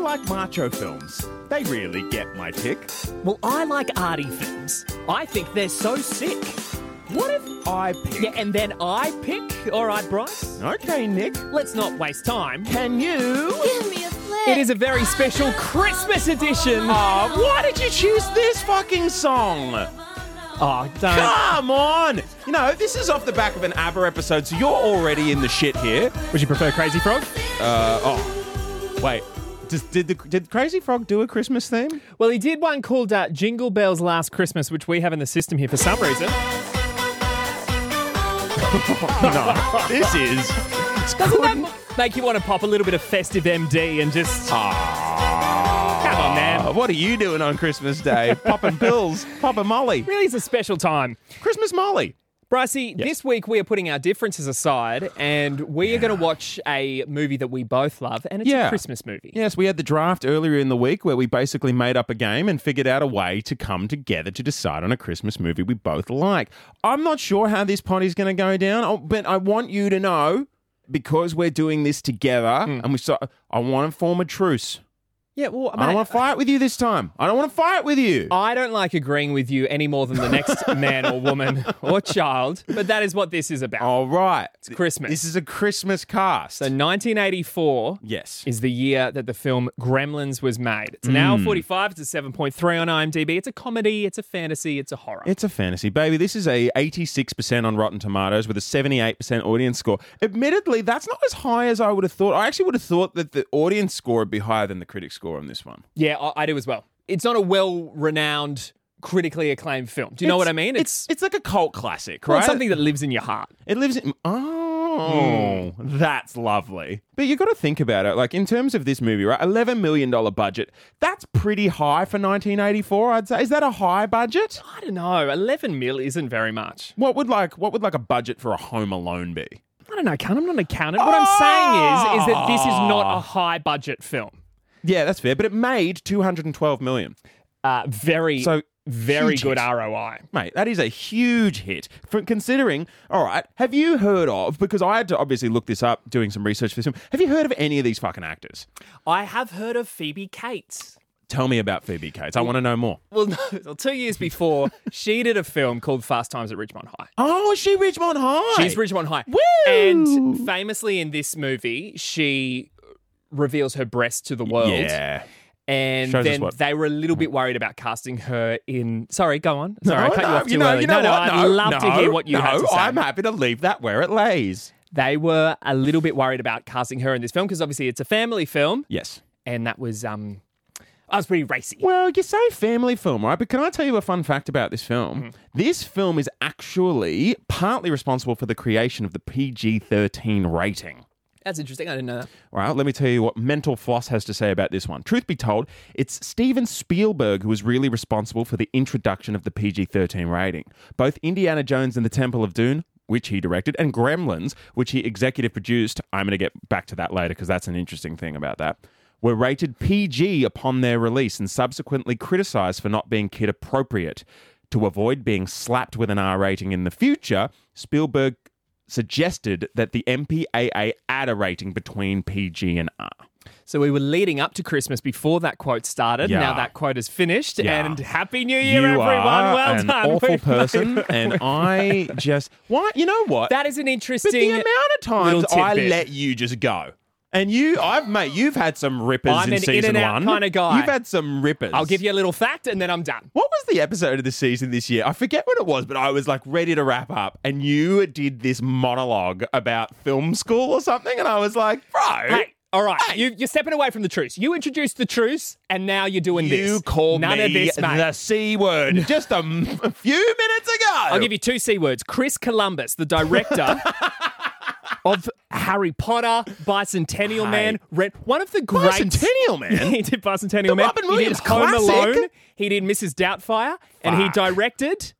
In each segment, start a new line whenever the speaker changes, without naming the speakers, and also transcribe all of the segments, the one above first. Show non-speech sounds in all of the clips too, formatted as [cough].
like macho films. They really get my tick.
Well, I like arty films. I think they're so sick.
What if I pick?
Yeah, and then I pick. All right, Bryce.
Okay, Nick.
Let's not waste time.
Can you?
Give me a flick.
It is a very special Christmas edition.
Oh, why did you choose this fucking song?
Oh, don't.
Come on! You know, this is off the back of an ABBA episode, so you're already in the shit here.
Would you prefer Crazy Frog?
Uh, oh. Wait. Does, did, the, did Crazy Frog do a Christmas theme?
Well, he did one called uh, Jingle Bells Last Christmas, which we have in the system here for some reason.
no. this is.
Doesn't that make you want to pop a little bit of festive MD and just. Come on,
Uh,
man.
what are you doing on Christmas Day? Popping pills, popping Molly,
Really is a special time.
Christmas Molly.
Brycey, this week we are putting our differences aside and we are going to watch a movie that we both love, and it's
Yeah.
a Christmas movie.
Yes, we had the draft earlier in the week where we basically made up a game and figured out a way to come together to decide on a Christmas movie we both like. I'm not sure how this party's going to go down, oh, but I want you to know because we're doing this together and we so I want to form a truce.
Yeah, well,
Hmm. I Oh. don't
mate,
want to fight with you this time. I don't want to fight with you.
I don't like agreeing with you any more than the [laughs] next man or woman or child, but that is what this is about.
All right. It's
Christmas.
This is a Christmas cast.
So 1984
yes.
is the year that the film Gremlins was made. It's an hour 45, it's a 7.3 on IMDb. It's a comedy, it's a fantasy, it's a horror.
It's a fantasy, baby. This is a 86% on Rotten Tomatoes with a 78% audience score. Admittedly, that's not as high as I would have thought. I actually would have thought that the audience score would be higher than the critic score on this one.
yeah, I, I do as well. It's not a well-renowned, critically acclaimed film. Do you know what I mean?
It's it's like a cult classic,
well,
right?
it's something that lives in your heart.
It lives in. Oh,
Hmm.
that's lovely. But you got to think about it. Like, in terms of this movie, right? $11 million budget. That's pretty high for 1984, I'd say. Is that a high budget?
I don't know. 11 mil isn't very much.
What would like what would like a budget for a Home Alone be?
I don't know, Cun. I'm not an accountant. What I'm saying is, is that this is not
Oh.
a high budget film.
Yeah, that's fair. But it made 212 million.
Uh, very,
So,
very
huge
good
hit.
ROI.
Mate, that is a huge hit. For considering, all right, have you heard of? Because I had to obviously look this up, doing some research for this film. Have you heard of any of these fucking actors?
I have heard of Phoebe Cates.
Tell me about Phoebe Cates. I want to know more.
Well, [laughs] no, well, two years before, she did a film called Fast Times at Ridgemont High.
Oh, is she Richmond High?
She's Ridgemont High.
Woo!
And famously in this movie, she reveals her breast to the world.
Yeah.
And
Shows us
then
what-
they were a little bit worried about casting her in. Sorry, go on. Sorry, I cut
no,
you off too
you know,
early.
You know
no,
what?
no, I'd love to
no,
hear what you
no,
have to say.
I'm happy to leave that where it lays.
they were a little bit worried about casting her in this film because obviously it's a family film,
Yes.
and that was um, I was pretty racy.
Well, you say family film, right? But can I tell you a fun fact about this film? This film is actually partly responsible for the creation of the PG 13 rating.
That's interesting. I didn't know that.
All right, let me tell you what Mental Floss has to say about this one. Truth be told, it's Steven Spielberg who was really responsible for the introduction of the PG 13 rating. Both Indiana Jones and the Temple of Doom, which he directed, and Gremlins, which he executive produced. I'm going to get back to that later because that's an interesting thing about that. Were rated PG upon their release and subsequently criticized for not being kid appropriate. To avoid being slapped with an R rating in the future, Spielberg suggested that the MPAA add a rating between PG and R.
So we were leading up to Christmas before that quote started.
Yeah.
Now that quote is finished,
Yeah.
and Happy New Year, everyone! well
an
done,
awful
We've
person,
made-
and I just why you know what?
[laughs] That is an
but the
interesting.
amount of times
little
I
tidbit.
let you just go, and you, I've mate, you've had some rippers
I'm
in
an
season
in-and-out
one
kinda guy.
You've had some rippers.
I'll give you a little fact, and then I'm done.
What was the episode of the season this year? I forget what it was, but I was like ready to wrap up, and you did this monologue about film school or something, and I was like, bro,
Hey, all right, you, you're stepping away from the truce. You introduced the truce, and now you're doing this.
You called
None
me
of this, mate.
the C word just a, m- a few minutes ago.
I'll give you two C words. Chris Columbus,
[laughs]
the director of Harry Potter, Bicentennial
Hey.
Man, Red, one of the great. [laughs]
Bicentennial Man.
he did Bicentennial
The
Man.
Robin
he did
Williams
Home
classic.
Alone. He did Mrs. Doubtfire, and he
Fuck.
directed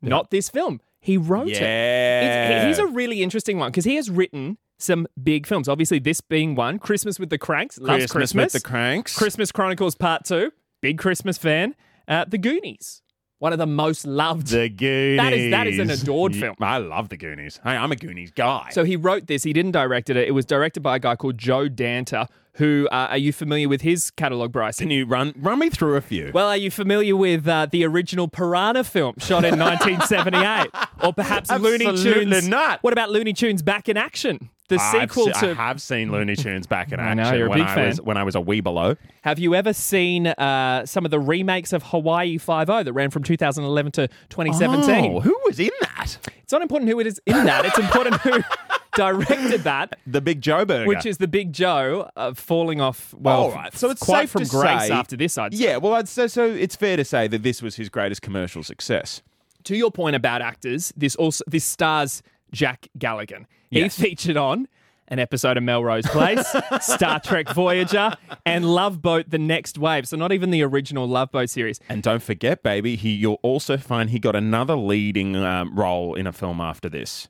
not this film. He wrote it. It's-
yeah.
he- He's a really interesting one because he has written some big films. Obviously, this being one, Christmas with the Cranks. Loves
Christmas,
Christmas.
with the cranks.
Christmas Chronicles Part Two. Big Christmas fan. Uh, the Goonies. One of the most loved.
The Goonies.
That is- that is an adored film.
I love the Goonies. Hey, I'm a Goonies guy.
so he wrote this. He didn't direct it. It was directed by a guy called Joe Danta, who uh, are you familiar with his catalog, Bryson?
can you run run me through a few?
Well, are you familiar with uh, the original Piranha film shot
[laughs]
in 1978? or perhaps Looney
Absolutely
Tunes?
not.
What about Looney Tunes Back in Action? The
I've
sequel
se-
to.
I have seen Looney Tunes back in
[laughs] I
action
know, you're a
when
big
I
fan.
was when I was a wee below.
Have you ever seen uh, some of the remakes of Hawaii Five O that ran from 2011 to 2017?
Oh, who was in that?
It's not important who it is in that. It's important who
[laughs]
directed that,
The Big Joe Burger.
which is the Big Joe uh, falling off. Well,
All right, so it's
quite
safe
from
to
grace
say-
after this. I'd say.
yeah. Well, I'd say, so it's fair to say that this was his greatest commercial success.
to your point about actors, this also this stars Jack Galligan. He
Yes.
featured on an episode of
[laughs]
Melrose Place, Star Trek Voyager, and Love Boat: The Next Wave. So not even the original Love Boat series.
And don't forget, baby, he you'll also find he got another leading um, role in a film after this.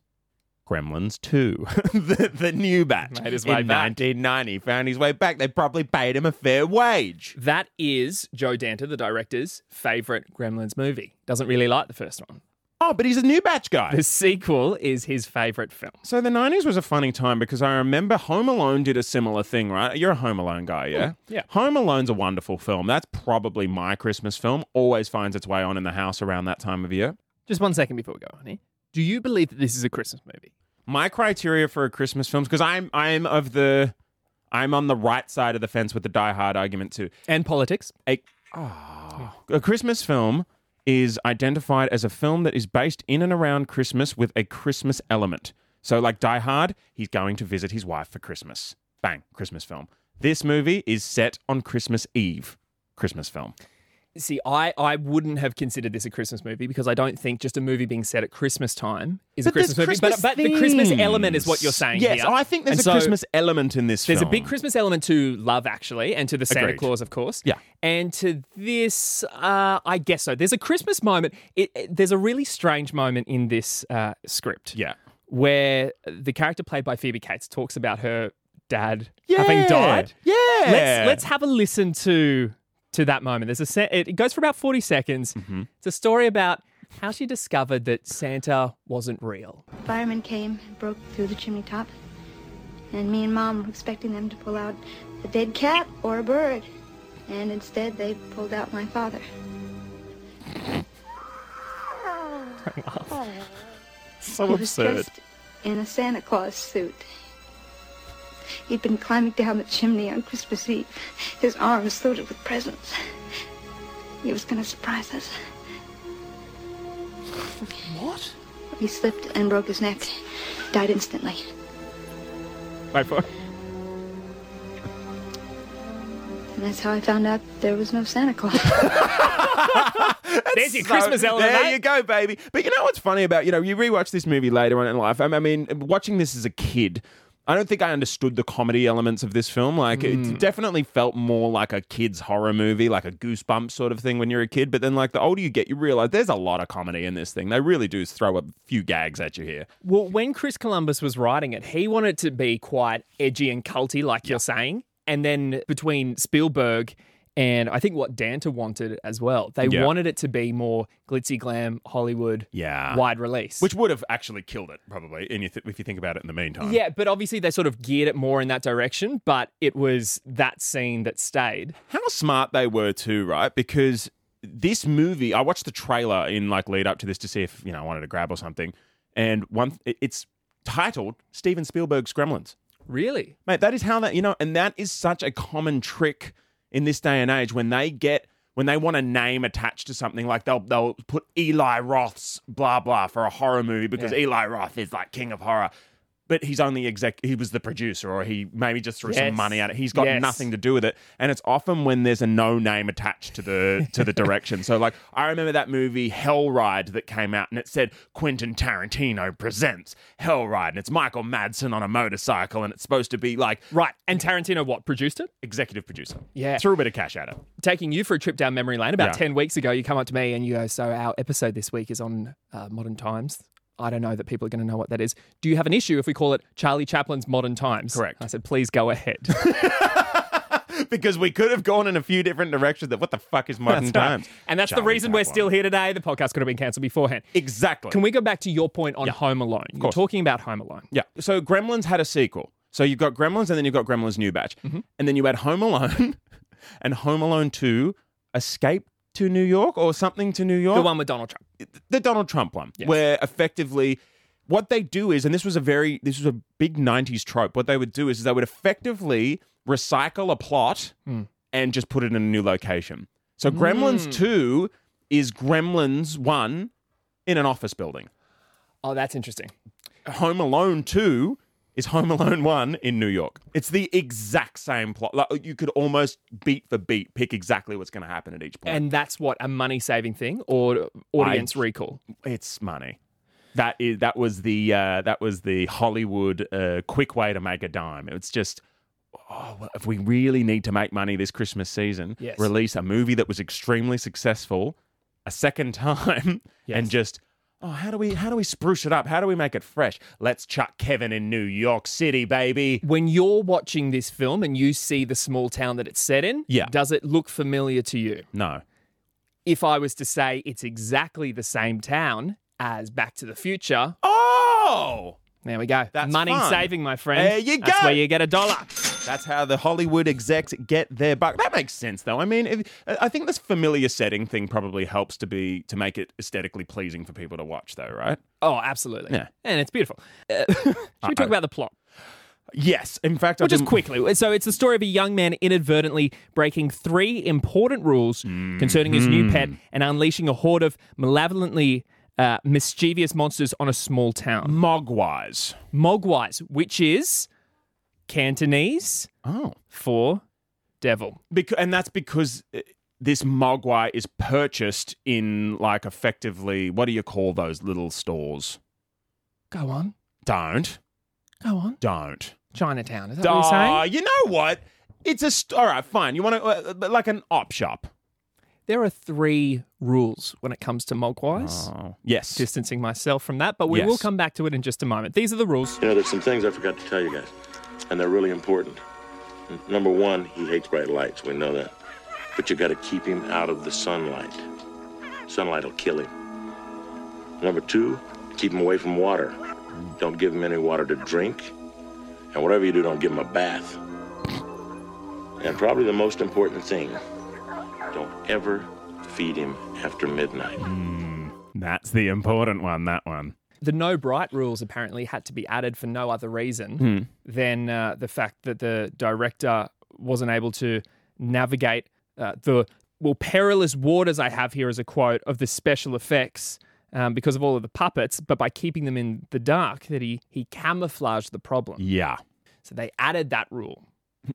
Gremlins 2, [laughs] the, the new batch.
Made his
in
way back.
1990, found his way back. They probably paid him a fair wage.
That is Joe Danta, the director's favorite Gremlins movie. Doesn't really like the first one.
Oh, but he's a new batch guy.
The sequel is his favorite film.
So the 90s was a funny time because I remember Home Alone did a similar thing, right? You're a Home Alone guy, yeah?
yeah.
Home Alone's a wonderful film. That's probably my Christmas film. Always finds its way on in the house around that time of year.
Just one second before we go on here. Do you believe that this is a Christmas movie?
My criteria for a Christmas film, because I'm I'm of the I'm on the right side of the fence with the Die Hard argument too.
And politics.
A, a Christmas film is identified as a film that is based in and around Christmas with a Christmas element. So, like Die Hard, he's going to visit his wife for Christmas. Bang, Christmas film. This movie is set on Christmas Eve. Christmas film.
See, I, I wouldn't have considered this a Christmas movie because I don't think just a movie being set at Christmas time is a
But there's
Christmas movie. but
Christmas
but the Christmas
themes.
element is what you're saying
Yes,
here.
I think there's
And
a
so
Christmas element in this
There's
film.
a big Christmas element to Love Actually and to the Santa
Agreed.
Claus, of course.
Yeah.
And to this, uh, I guess so. There's a Christmas moment. It, it- there's a really strange moment in this uh, script.
Yeah.
Where the character played by Phoebe Cates talks about her dad having died.
Yeah.
Let's let's have a listen to to that moment. There's a se- it goes for about 40 seconds.
Mm-hmm.
It's a story about how she discovered that Santa wasn't real.
firemen came and broke through the chimney top. And me and Mom were expecting them to pull out a dead cat or a bird. And instead, they pulled out my father.
So
he was dressed in a Santa Claus suit. He'd been climbing down the chimney on Christmas Eve, his arms loaded with presents. He was gonna surprise us.
What?
He slipped and broke his neck, died instantly.
Wait for it.
And that's how I found out there was no Santa Claus.
There's your
So,
Christmas element.
There
mate.
you go, baby. But you know what's funny about you know you rewatch this movie later on in life. I mean- I mean, watching this as a kid. I don't think I understood the comedy elements of this film. Like,
Hmm.
it definitely felt more like a kid's horror movie, like a goosebump sort of thing when you're a kid. But then, like, the older you get, you realize there's a lot of comedy in this thing. They really do throw a few gags at you here.
Well, when Chris Columbus was writing it, he wanted it to be quite edgy and culty, like you're saying. And then between Spielberg and I think what Danta wanted as well, they
Yeah.
wanted it to be more glitzy glam Hollywood
Yeah.
wide release.
Which would have actually killed it, probably, in your th- if you think about it in the meantime.
Yeah, but obviously they sort of geared it more in that direction, but it was that scene that stayed.
how smart they were too, right? Because this movie, I watched the trailer in like lead up to this to see if you know I wanted to grab or something, and one it- it's titled Steven Spielberg's Gremlins.
Really?
Mate, that is how that you know, and that is such a common trick in this day and age when they get when they want a name attached to something, like they'll they'll put Eli Roth's blah blah for a horror movie because Eli Roth is like king of horror. But he's only exec he was the producer or he maybe just threw
Yes.
some money at it. He's got
Yes.
nothing to do with it. And it's often when there's a no name attached to the to
[laughs]
the direction. So like I remember that movie Hellride that came out and it said Quentin Tarantino presents Hellride and it's Michael Madsen on a motorcycle and it's supposed to be like
Right. And Tarantino, what, produced it?
executive producer.
Yeah.
Threw a bit of cash at it. [laughs]
Taking you for a trip down memory lane about
Yeah.
10 weeks ago, you come up to me and you go, So our episode this week is on uh, modern times. I don't know that people are going to know what that is. Do you have an issue if we call it Charlie Chaplin's Modern Times?
[laughs] Correct.
I said, Please go ahead.
because we could have gone in a few different directions. That what the fuck
[laughs]
is modern
That's right.
times?
And that's the
Charlie
reason we're
Chaplin.
still here today. The podcast could have been cancelled beforehand.
Exactly.
Can we go back to your point on Home Alone? You're
course.
talking about Home Alone.
Yeah. So Gremlins had a sequel. So you've got Gremlins and then you've got Gremlins New Batch.
Mm-hmm.
And then you had Home Alone [laughs] and Home Alone 2 Escape to New York or something to New York.
The one with Donald Trump.
the Donald Trump one, where effectively what they do is, and this was a very, this was a big 90s trope, what they would do is, they would effectively recycle a plot
Hmm.
and just put it in a new location. So Gremlins 2 is Gremlins 1 in an office building.
Oh, that's interesting.
Home Alone 2 is Home Alone 1 in New York. It's the exact same plot. Like, you could almost beat for beat pick exactly what's going to happen at each point.
And that's what a money saving thing or audience recall.
it's money. That is that was the uh, that was the Hollywood uh, quick way to make a dime. It's just oh, well, if we really need to make money this Christmas season,
Yes.
release a movie that was extremely successful a second [laughs] time and just oh how do we how do we spruce it up? How do we make it fresh? Let's chuck Kevin in New York City, baby.
When you're watching this film and you see the small town that it's set in,
Yeah.
does it look familiar to you?
No.
If I was to say it's exactly the same town as Back to the Future,
Oh,
there we go.
That's
money
fun.
saving, my friend.
There you
That's
go.
where you get a dollar.
That's how the Hollywood execs get their buck. That makes sense, though. I mean, if, I think this familiar setting thing probably helps to be to make it aesthetically pleasing for people to watch, though, right?
Oh, absolutely.
Yeah.
And
[laughs]
it's beautiful. Uh, should we talk about the plot?
Yes. In fact,
Well,
I
just
didn't-
quickly. So it's the story of a young man inadvertently breaking three important rules concerning his new pet and unleashing a horde of malevolently uh, mischievous monsters on a small town.
Mogwise.
Mogwais, which is Cantonese
Oh,
for devil.
because and that's because uh, this Mogwai is purchased in like effectively what do you call those little stores?
Go on.
Don't,
Go on.
don't.
Chinatown. Is that what you're
Duh,
saying?
you know what? It's a st- all right, fine. You want to uh, like an op shop?
There are three rules when it comes to Mogwais.
Oh, yes.
Distancing myself from that, but we
Yes.
will come back to it in just a moment. These are the rules.
You know, there's some things I forgot to tell you guys, and they're really important. N- Number one, he hates bright lights. We know that. But you got to keep him out of the sunlight. Sunlight will kill him. Number two, keep him away from water. Don't give him any water to drink. And whatever you do, don't give him a bath. And probably the most important thing, don't ever feed him after midnight.
That's the important one. That one.
the no bright rules apparently had to be added for no other reason
Hmm.
than uh, the fact that the director wasn't able to navigate uh, the well perilous waters I have here as a quote of the special effects um, because of all of the puppets, but by keeping them in the dark, that he he camouflaged the problem.
Yeah.
So they added that rule,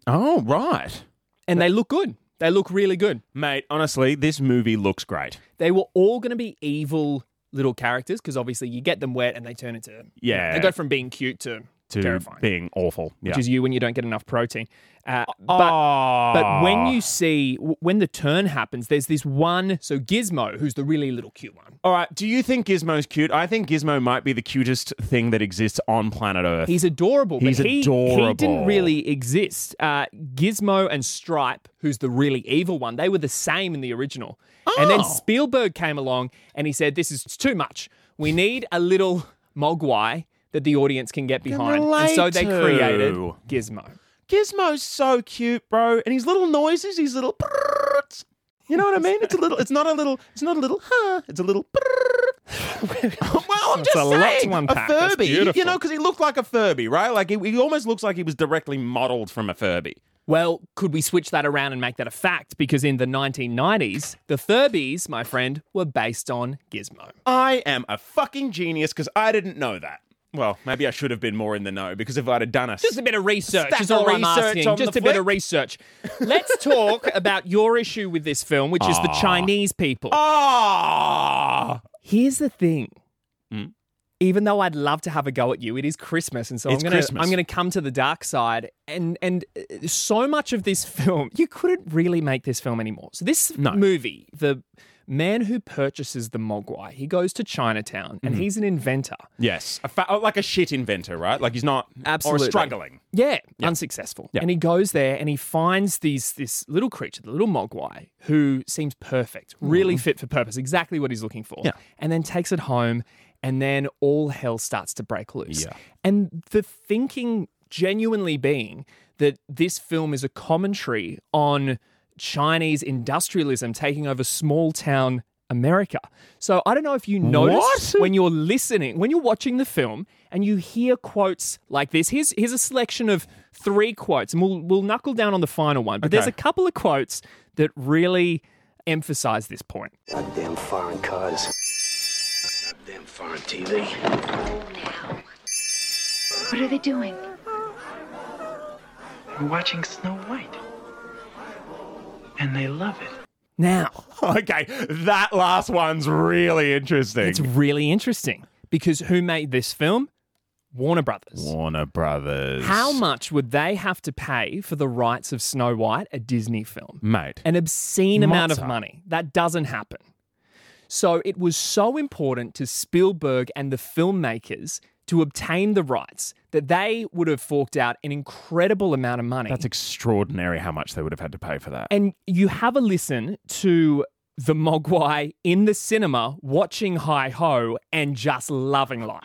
Oh, right.
and they look good. They look really good.
Mate, honestly, this movie looks great.
They were all going to be evil little characters because obviously you get them wet and they turn into
Yeah.
They go from being cute to,
To
terrifying.
being awful. Yeah.
which is you when you don't get enough protein. Uh, but
oh.
but when you see w- when the turn happens, there's this one. So Gizmo, who's the really little cute one,
All right, do you think Gizmo's cute? I think Gizmo might be the cutest thing that exists on planet Earth.
he's adorable.
He's
but he, He
adorable.
didn't really exist. Uh, Gizmo and Stripe, who's the really evil one, they were the same in the original.
Oh.
And then Spielberg came along and he said, "This is too much. We need a little Mogwai." That the audience can get behind. and so
relate
they created
to.
Gizmo.
Gizmo's so cute, bro, and his little noises, his little prrrrts. You know what I mean? It's a little. It's not a little. It's not a little. Huh? It's a little.
[laughs]
prrrr. well, I'm
That's
just
a lot to
saying,
unpack.
a
That's
Furby. You
beautiful.
know, because he looked like a Furby, right? Like he, he almost looks like he was directly modeled from a Furby.
Well, could we switch that around and make that a fact? Because in the 1990s, the Furbies, my friend, were based on Gizmo.
I am a fucking genius because I didn't know that. Well, maybe I should have been more in the know because if I'd have done a
Just a bit of research
Stack
is all
of
I'm
research
asking.
on
Just
the
a bit of
flick.
research. Let's talk [laughs] about your issue with this film, which is the Chinese people.
ah,
Here's the thing.
Mm.
Even though I'd love to have a go at you, it is Christmas, and so
It's
I'm gonna
Christmas.
I'm gonna come to the dark side. And and uh, [laughs] so much of this film, you couldn't really make this film anymore. So this movie, the man who purchases the mogwai. He goes to Chinatown and
Mm.
he's an inventor.
Yes. A fa- oh, like a shit inventor, right? Like he's not
Absolutely.
or struggling.
Yeah, unsuccessful.
Yeah.
And he goes there and he finds these this little creature, the little mogwai, who seems perfect, really fit for purpose, exactly what he's looking for.
Mm. Yeah.
And then takes it home and then all hell starts to break loose.
Yeah.
And the thinking genuinely being that this film is a commentary on Chinese industrialism taking over small town America. So I don't know if you noticed
What?
when you're listening, when you're watching the film and you hear quotes like this. Here's here's a selection of three quotes, and we'll we'll knuckle down on the final one. But there's
Okay.
a couple of quotes that really emphasize this point.
Goddamn foreign cars. Goddamn foreign TV.
Now. What are they doing?
We're watching Snow White. And they love it.
Now,
[laughs] Okay, that last one's really interesting.
it's really interesting because who made this film? Warner Brothers.
Warner Brothers.
How much would they have to pay for the rights of Snow White, a Disney film?
Mate.
An obscene amount of
Matzah.
money. That doesn't happen. So it was so important to Spielberg and the filmmakers to obtain the rights that they would have forked out an incredible amount of money.
That's extraordinary how much they would have had to pay for that.
and you have a listen to the Mogwai in the cinema watching Hi Ho and just loving life.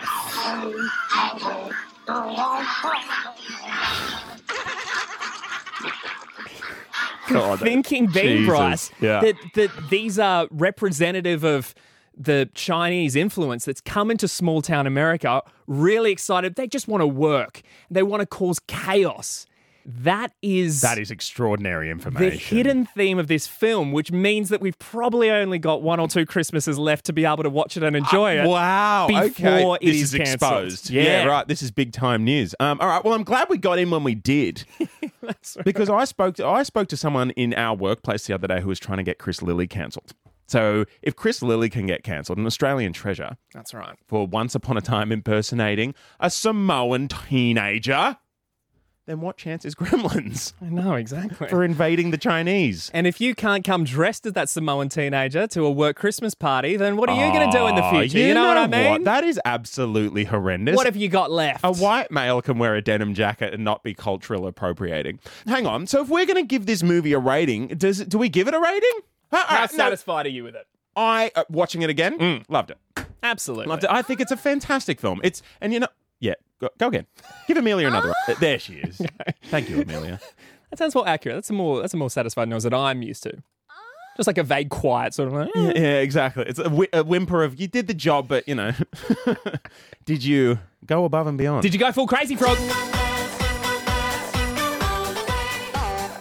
God.
thinking being
Jesus.
Bryce
Yeah.
that that these are representative of the Chinese influence that's come into small town America, really excited. They just want to work. They want to cause chaos. That is
that is extraordinary
the
information.
hidden theme of this film, which means that we've probably only got one or two Christmases left to be able to watch it and enjoy
uh,
it.
Wow. okay.
before it
this
is cancelled.
exposed.
Yeah.
right. This is big time news. Um, all right. Well, I'm glad we got in when we [laughs] did. because I spoke to I spoke to someone in our workplace the other day who was trying to get Chris Lilly cancelled. So if Chris Lilly can get cancelled, an Australian treasure
[laughs] That's right.
for once upon a time impersonating a Samoan teenager, then what chance is
[laughs]
Gremlins
I know, exactly.
for invading the Chinese?
and if you can't come dressed as that Samoan teenager to a work Christmas party, then what are you going to do in the
Oh,
future? You, know, what I mean?
That is absolutely horrendous.
what have you got left?
A white male can wear a denim jacket and not be cultural appropriating. Hang on. So if we're going to give this movie a rating, does do we give it a rating? Uh,
How Mm.
uh, no.
satisfied are you with it?
I uh, watching it again, loved it.
Absolutely.
Loved it. I think it's a fantastic film. It's and you know, yeah, go, go again. Give Amelia
[laughs]
another. uh, there she is. Thank you, Amelia.
That sounds more accurate. That's a more that's a more satisfied noise that I'm used to. Just like a vague quiet sort of like, eh.
yeah, exactly. It's a, whi a whimper of you did the job, but you know, [laughs] did you go above and beyond?
Did you go full crazy [laughs] frog?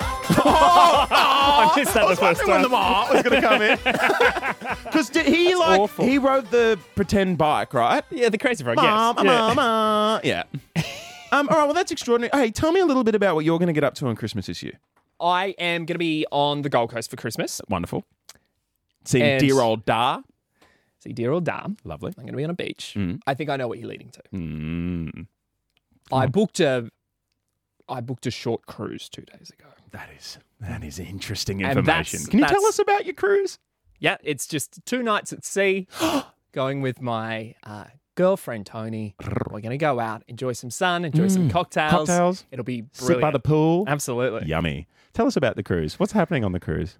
[laughs] I missed that the first
when the
time.
Mahat Oh, was going to come in. Because did he like
awful.
he rode the pretend bike, right?
[laughs] Yeah, the crazy frog,
Mom,
yes. Yeah.
mom, mom.
[laughs]
Yeah. Um, all right, well, that's extraordinary. Hey, tell me a little bit about what you're going to get up to on Christmas this year.
I am going to be on the Gold Coast for Christmas.
Wonderful. Seeing
And-
dear old Dar.
See, dear old Dam.
Lovely.
I'm going to be on a beach. I think I know what you're leading to. Mm. I booked a I booked a short cruise two days ago.
That is that is interesting
And
information.
that's-
Can you tell
that's-
us about your cruise?
Yeah, it's just two nights at [gasps] sea, going with my uh, girlfriend Tony. We're gonna go out, enjoy some sun, enjoy some Mm. cocktails.
Cocktails.
It'll be brilliant.
Sit by the pool.
Absolutely.
Yummy. Tell us about the cruise. What's happening on the cruise?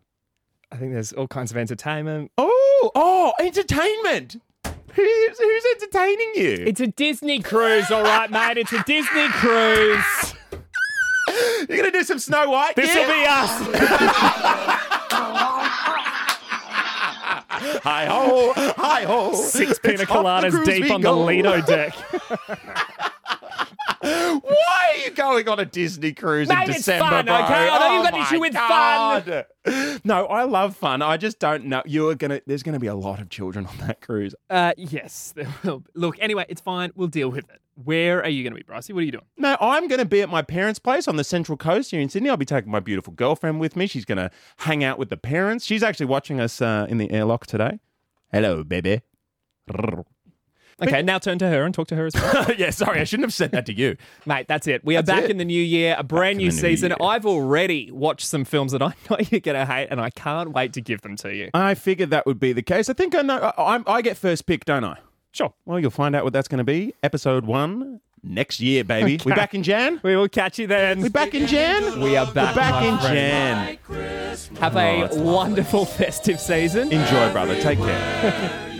I think there's all kinds of entertainment.
Oh, oh, entertainment. Who's, who's entertaining you?
It's a Disney cruise, all right, mate. It's a [laughs] Disney cruise.
You're gonna do some Snow White.
This will be us. [laughs]
hi ho, hi ho.
Six
It's
pina
off the
coladas
cruise
deep
we
on the
go.
Lido [laughs] deck.
[laughs] Why are you going on a Disney cruise
Mate,
in
it's
December,
fun,
bro?
okay? I know
oh
you've got an
my
issue with
God. fun. No, I love fun. I just don't know. You're gonna. There's gonna be a lot of children on that cruise.
Uh, yes. there will be. Look, anyway, it's fine. We'll deal with it. Where are you going to be, Brycey? What are you doing?
No, I'm going to be at my parents' place on the Central Coast here in Sydney. I'll be taking my beautiful girlfriend with me. She's going to hang out with the parents. She's actually watching us uh, in the airlock today. Hello, baby.
Okay, now turn to her and talk to her as well.
[laughs] yeah, sorry, I shouldn't have said that to you.
[laughs] Mate, that's it. We are back
it.
in the new year, a brand
in
new
the new
season.
year.
I've already watched some films that I [laughs] know you're going to hate, and I can't wait to give them to you.
I figured that would be the case. I think I know. I, I, I get first pick, don't I?
Sure.
Well, you'll find out what that's going to be. Episode one next year, baby. We back in Jan.
We will catch you then.
We back in Jan.
We are
We're
back. Oh,
back
my
in
friend.
Jan.
Have a wonderful [laughs] festive season.
Enjoy, brother. Take care.